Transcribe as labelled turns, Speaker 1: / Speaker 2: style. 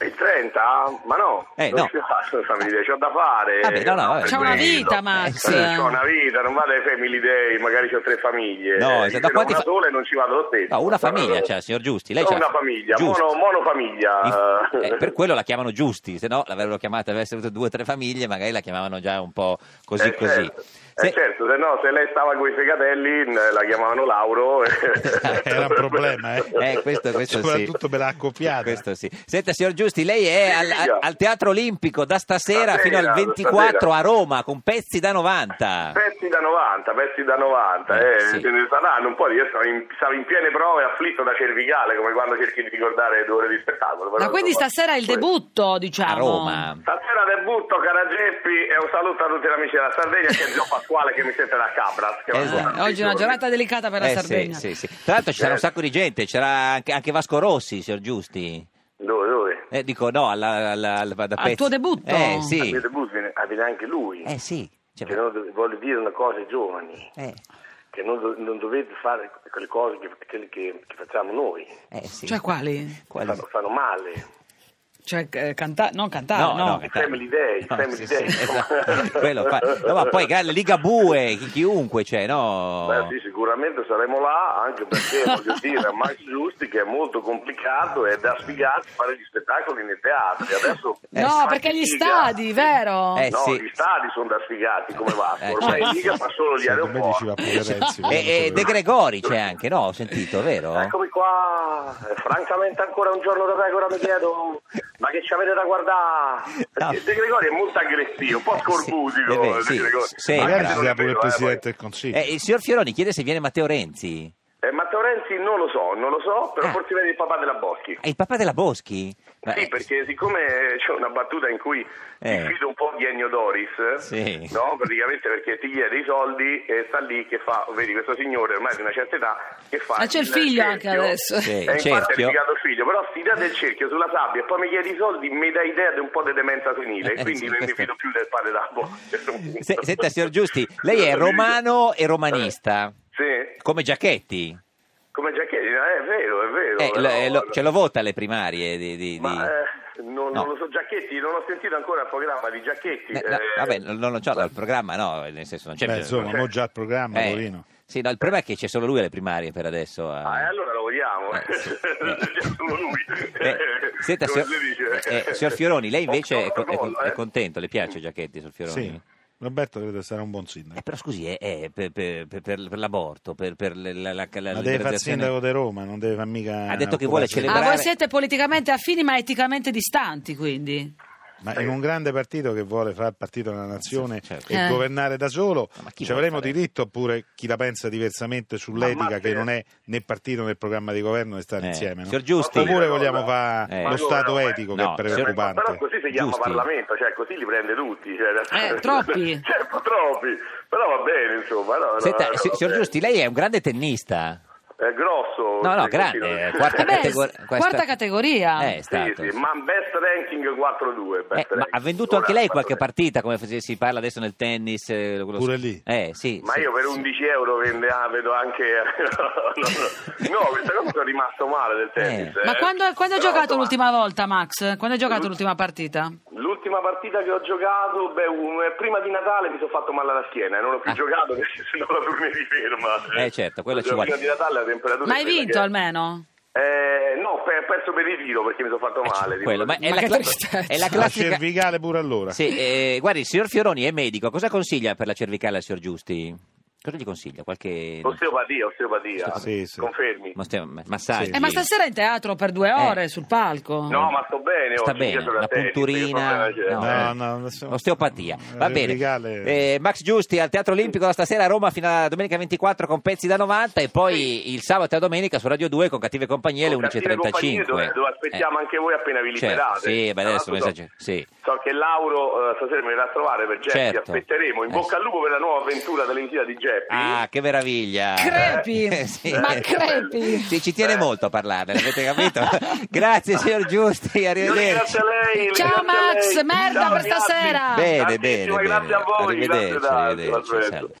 Speaker 1: Il 30? Ma no,
Speaker 2: Eh, no.
Speaker 1: non ci faccio family day, c'ho da fare.
Speaker 2: Vabbè, no, no, vabbè.
Speaker 3: C'è una
Speaker 1: Quello.
Speaker 3: vita, Max.
Speaker 1: Eh, c'ho una vita, non vado ai family day, magari c'ho tre famiglie.
Speaker 2: No,
Speaker 1: Eh,
Speaker 2: esatto,
Speaker 1: se
Speaker 2: ma quanti
Speaker 1: una
Speaker 2: fa-
Speaker 1: sola e non ci vado lo stesso.
Speaker 2: No, una famiglia,
Speaker 1: Eh,
Speaker 2: cioè, signor Giusti. Lei
Speaker 1: no,
Speaker 2: c'ha-
Speaker 1: una famiglia,
Speaker 2: Giusti.
Speaker 1: mono- monofamiglia.
Speaker 2: Il- eh, per quello la chiamano Giusti, se no l'avrebbero chiamata, avesse avuto due o tre famiglie, magari la chiamavano già un po' così
Speaker 1: Eh,
Speaker 2: così.
Speaker 1: Certo. Eh,
Speaker 2: Se-
Speaker 1: certo, se no, se lei stava con i fegatelli eh, la chiamavano Lauro.
Speaker 4: Era un problema, eh.
Speaker 2: Eh, questo, questo sì.
Speaker 4: Soprattutto me l'ha accoppiata.
Speaker 2: Questo sì. Senta, signor Giusti, lei è al,
Speaker 1: Dica.
Speaker 2: al Teatro Olimpico da stasera,
Speaker 1: Stasera,
Speaker 2: fino al
Speaker 1: da
Speaker 2: 24
Speaker 1: stasera.
Speaker 2: a Roma con pezzi da 90.
Speaker 1: Pezzi da 90, pezzi da 90,
Speaker 2: Eh,
Speaker 1: eh,
Speaker 2: sì.
Speaker 1: ce ne saranno un po' di io sono in, sono in piene prove afflitto da cervicale come quando cerchi di ricordare due ore di spettacolo. però,
Speaker 3: Ma quindi
Speaker 1: insomma,
Speaker 3: stasera è il
Speaker 1: questo.
Speaker 3: debutto,
Speaker 2: A
Speaker 3: diciamo.
Speaker 2: Roma.
Speaker 1: Stasera debutto Carageppi e un saluto a tutti gli amici della Sardegna che è Gio Pasquale che mi sente da Cabras. che va
Speaker 2: Esatto.
Speaker 1: avanti,
Speaker 3: Oggi è una
Speaker 1: giorni.
Speaker 3: giornata delicata per la
Speaker 2: Eh, sì,
Speaker 3: Sardegna.
Speaker 2: sì, sì. Tra l'altro ci sarà un
Speaker 1: Certo.
Speaker 2: sacco di gente, c'era anche, anche Vasco Rossi, signor Giusti.
Speaker 1: Dove, dove?
Speaker 2: Eh, dico no, alla, alla- alla- da pezzi.
Speaker 3: tuo debutto?
Speaker 2: Eh
Speaker 1: Al
Speaker 2: sì,
Speaker 1: mio debutto viene- ah, viene anche lui.
Speaker 2: eh sì. Cioè,
Speaker 1: Che non- voglio dire una cosa ai giovani,
Speaker 2: eh,
Speaker 1: che non, do- non dovete fare quelle cose che, che- che- che facciamo noi,
Speaker 2: eh, sì.
Speaker 3: Cioè quali?
Speaker 2: Quali-
Speaker 1: fanno, fanno male.
Speaker 3: Cioè eh, canta- non cantare,
Speaker 2: No,
Speaker 3: no.
Speaker 2: no. eh,
Speaker 1: Il Family Day, il
Speaker 2: No,
Speaker 1: Family
Speaker 2: sì, sì,
Speaker 1: Day. insomma.
Speaker 2: esatto. Quello fa- no, ma poi la Liga Bue, chi- chiunque, cioè, no.
Speaker 1: Beh, sì, sicuramente saremo là anche perché voglio dire a Max Giusti che è molto complicato e è da sfigarsi fare gli spettacoli nei teatri. Adesso
Speaker 2: Eh,
Speaker 3: No,
Speaker 1: fa
Speaker 3: perché gli
Speaker 1: sfiga.
Speaker 3: stadi, vero?
Speaker 2: Eh,
Speaker 1: no,
Speaker 2: sì.
Speaker 1: gli stadi sono da sfigati come va.
Speaker 2: Eh,
Speaker 1: Ormai
Speaker 2: sì.
Speaker 1: in Liga fa solo gli
Speaker 4: Secondo me diceva
Speaker 1: aeroporti.
Speaker 4: pure Renzi.
Speaker 2: E,
Speaker 4: quello
Speaker 2: e
Speaker 4: so
Speaker 2: Cioè, eh, De
Speaker 4: io.
Speaker 2: Gregori c'è anche, no? Ho sentito, vero?
Speaker 1: Eccomi qua, Eh, francamente ancora un giorno da pecora mi chiedo ma che ci avete da guardare?
Speaker 2: No.
Speaker 1: Perché De Gregori è molto aggressivo, un po'
Speaker 2: Eh, sì.
Speaker 1: scorbutico.
Speaker 2: Eh, beh,
Speaker 1: De
Speaker 2: sì,
Speaker 1: Gregori.
Speaker 2: sì,
Speaker 1: Ma
Speaker 2: bravo.
Speaker 4: Magari ci
Speaker 1: anche se
Speaker 4: sarà
Speaker 1: non
Speaker 4: pure
Speaker 1: è
Speaker 4: il
Speaker 1: vero, eh, poi.
Speaker 4: Presidente del Consiglio.
Speaker 2: Eh, il signor Fioroni chiede se viene Matteo Renzi.
Speaker 1: Eh, Matteo Renzi non lo so, non lo so, però
Speaker 2: Ah.
Speaker 1: forse viene il papà della Boschi.
Speaker 2: È il papà della Boschi? Ma-
Speaker 1: Sì, perché siccome c'è una battuta in cui
Speaker 2: Eh.
Speaker 1: diffido un po' di Ennio Doris,
Speaker 2: Sì.
Speaker 1: no? praticamente perché ti chiede i soldi e sta lì che fa, vedi questo signore ormai di una certa età che fa...
Speaker 3: Ma c'è il figlio anche
Speaker 1: cerchio.
Speaker 3: adesso.
Speaker 2: Sì,
Speaker 1: E
Speaker 2: il
Speaker 1: infatti
Speaker 2: cerchio.
Speaker 1: è figato il figlio, però si dà del cerchio sulla sabbia e poi mi chiedi i soldi, mi dà idea di un po' di demenza senile,
Speaker 2: Eh,
Speaker 1: e
Speaker 2: sì,
Speaker 1: quindi me ne
Speaker 2: questo-
Speaker 1: fido più del padre d'Abo.
Speaker 2: Se- senta, signor Giusti, lei è romano e romanista,
Speaker 1: Sì,
Speaker 2: come Giacchetti.
Speaker 1: come Giacchetti, eh, è vero, è vero.
Speaker 2: Eh, lo-
Speaker 1: però-
Speaker 2: eh, lo- ce lo vota alle primarie di... di- di-
Speaker 1: Ma eh, non,
Speaker 2: No.
Speaker 1: non lo so, Giacchetti, non ho sentito ancora il programma di Giacchetti.
Speaker 2: Eh,
Speaker 1: eh,
Speaker 2: no, vabbè, non non lo so, il programma no, nel senso non c'è
Speaker 4: Beh,
Speaker 2: bisogno-
Speaker 4: insomma, mo già il programma,
Speaker 2: certo, Eh,
Speaker 4: Torino.
Speaker 2: sì, no, il problema è che c'è solo lui alle primarie per adesso. eh.
Speaker 1: Ah, e allora lo vogliamo,
Speaker 2: Eh,
Speaker 1: eh.
Speaker 2: sì.
Speaker 1: C'è solo lui.
Speaker 2: Eh, senta,
Speaker 1: Come
Speaker 2: signor,
Speaker 1: si dice?
Speaker 2: eh, signor Fioroni, lei invece è,
Speaker 1: Occhio
Speaker 2: co- è con-
Speaker 1: alla
Speaker 2: è
Speaker 1: gol, eh.
Speaker 2: contento, le piace Giacchetti, signor Fioroni?
Speaker 4: Sì. Roberto deve essere un buon sindaco.
Speaker 2: Eh, però scusi, è, è per, per- per- per l'aborto, per, per la, la, la- la
Speaker 4: Ma deve fare il
Speaker 2: liberalizzazione...
Speaker 4: sindaco di Roma, non deve far mica...
Speaker 2: Ha detto che vuole
Speaker 4: occuparsi di-
Speaker 3: Ah,
Speaker 2: celebrare-
Speaker 3: voi siete politicamente affini ma eticamente distanti, quindi.
Speaker 1: Eh,
Speaker 4: Ma in un grande partito che vuole fare il partito della nazione
Speaker 2: Certo.
Speaker 4: e
Speaker 3: Eh.
Speaker 4: governare da solo,
Speaker 2: Ma chi
Speaker 4: ci
Speaker 2: può
Speaker 4: avremo
Speaker 2: fare?
Speaker 4: diritto oppure chi la pensa diversamente
Speaker 1: Ma-
Speaker 4: sull'etica
Speaker 1: ma-
Speaker 4: che non è né partito né programma di governo né stare
Speaker 2: Eh,
Speaker 4: insieme? no?
Speaker 2: signor Giusti.
Speaker 4: Oppure vogliamo fare
Speaker 2: Eh.
Speaker 4: lo
Speaker 1: Ma
Speaker 4: stato
Speaker 1: allora,
Speaker 4: etico
Speaker 2: no,
Speaker 4: che è
Speaker 2: signor-
Speaker 1: Ma
Speaker 4: preoccupante?
Speaker 1: però così si chiama
Speaker 2: Giusti.
Speaker 1: Parlamento, cioè così li prende tutti. Cioè,
Speaker 3: Eh, troppi.
Speaker 1: Cioè, un po' troppi, però va bene, insomma. no, no,
Speaker 2: Senta,
Speaker 1: no,
Speaker 2: si-
Speaker 1: va
Speaker 2: signor
Speaker 1: bene.
Speaker 2: Giusti, lei è un grande tennista.
Speaker 1: È grosso.
Speaker 2: No, no,
Speaker 1: sì,
Speaker 2: grande,
Speaker 1: sì,
Speaker 2: quarta
Speaker 3: Eh beh,
Speaker 2: categoria-
Speaker 3: s-
Speaker 2: questa-
Speaker 3: quarta categoria.
Speaker 2: Eh, è stato.
Speaker 1: Sì, sì, ma best ranking 4-2. best
Speaker 2: Eh, ma ha
Speaker 1: ranking.
Speaker 2: venduto
Speaker 1: Ora,
Speaker 2: anche lei
Speaker 1: guarda,
Speaker 2: qualche partita, come f- si parla adesso nel tennis? eh, quello-
Speaker 4: Pure lì?
Speaker 2: Eh, sì.
Speaker 1: Ma
Speaker 2: sì,
Speaker 1: io per
Speaker 2: sì.
Speaker 1: 11 euro vende, ah, vedo anche. no, no, no, questa cosa sono rimasto male del tennis.
Speaker 2: Eh.
Speaker 1: eh.
Speaker 3: Ma quando, quando hai
Speaker 1: Però,
Speaker 3: giocato
Speaker 1: insomma,
Speaker 3: l'ultima volta, Max? Quando hai giocato l'ultima partita?
Speaker 1: L'ultima partita che ho giocato, beh, un- eh, prima di Natale mi sono fatto male alla schiena e non ho più
Speaker 2: Ah.
Speaker 1: giocato perché sennò la tournée di ferma.
Speaker 2: Eh, certo, quello ci
Speaker 1: Cioè,
Speaker 2: vuole.
Speaker 1: Prima di Natale la temperatura.
Speaker 3: Ma
Speaker 1: è
Speaker 3: hai
Speaker 1: quella
Speaker 3: vinto
Speaker 1: che-
Speaker 3: almeno?
Speaker 1: Eh, no, pe- perso per il tiro perché mi sono fatto
Speaker 2: Eh,
Speaker 1: male.
Speaker 2: quello, ma è,
Speaker 3: Ma
Speaker 2: la
Speaker 3: che
Speaker 2: cla-
Speaker 3: tristezza.
Speaker 2: è la
Speaker 4: La
Speaker 2: classica...
Speaker 4: cervicale pure allora.
Speaker 2: Sì, eh, guardi, il signor Fioroni è medico, cosa consiglia per la cervicale al signor Giusti? Cosa gli consiglia? Qualche...
Speaker 1: Osteopatia, osteopatia.
Speaker 4: Sì, sì.
Speaker 1: Confermi.
Speaker 2: Ma stia- ma- massaggi?
Speaker 4: Sì.
Speaker 3: Eh, ma stasera in teatro per
Speaker 2: Eh.
Speaker 3: due ore sul palco.
Speaker 1: No, ma sto bene.
Speaker 2: Sta
Speaker 1: oggi,
Speaker 2: bene,
Speaker 1: dietro la
Speaker 2: una
Speaker 1: tennis,
Speaker 2: punturina,
Speaker 1: che problema c'è?
Speaker 2: eh,
Speaker 4: No, no, adesso-
Speaker 2: osteopatia, va
Speaker 4: Eh,
Speaker 2: bene.
Speaker 4: legale.
Speaker 2: Eh, Max Giusti al Teatro Olimpico da stasera a Roma fino a domenica 24 con pezzi da 90 e poi il sabato e la domenica su Radio 2 con Cattive Compagnie alle
Speaker 1: Con cattive compagnie
Speaker 2: 11.35.
Speaker 1: Dove, dove aspettiamo
Speaker 2: Eh,
Speaker 1: anche voi appena vi
Speaker 2: certo,
Speaker 1: liberate.
Speaker 2: sì, beh,
Speaker 1: Tra
Speaker 2: adesso
Speaker 1: l'altro
Speaker 2: messaggio- sì.
Speaker 1: So che Lauro eh, stasera mi verrà a trovare per Jeffy,
Speaker 2: Certo.
Speaker 1: aspetteremo. In
Speaker 2: Eh,
Speaker 1: bocca
Speaker 2: sì.
Speaker 1: al lupo per la nuova avventura televisiva di Jeffy. Crepi.
Speaker 2: Ah, che meraviglia!
Speaker 5: Crepi,
Speaker 2: Eh, sì.
Speaker 5: ma
Speaker 1: Eh,
Speaker 5: crepi.
Speaker 2: Sì, ci tiene molto a parlarne, l'avete capito? Grazie signor Giusti,
Speaker 1: Io
Speaker 2: arrivederci.
Speaker 1: ringrazio lei.
Speaker 3: Ciao,
Speaker 1: ringrazio
Speaker 3: Max,
Speaker 1: lei.
Speaker 3: merda
Speaker 1: Ciao,
Speaker 3: per
Speaker 1: ragazzi.
Speaker 3: stasera.
Speaker 2: Bene, bene,
Speaker 1: Tantissimo,
Speaker 2: bene.
Speaker 1: Grazie a voi.
Speaker 2: Arrivederci,
Speaker 1: grazie tanto,
Speaker 2: arrivederci,
Speaker 1: Alfredo.
Speaker 2: salve.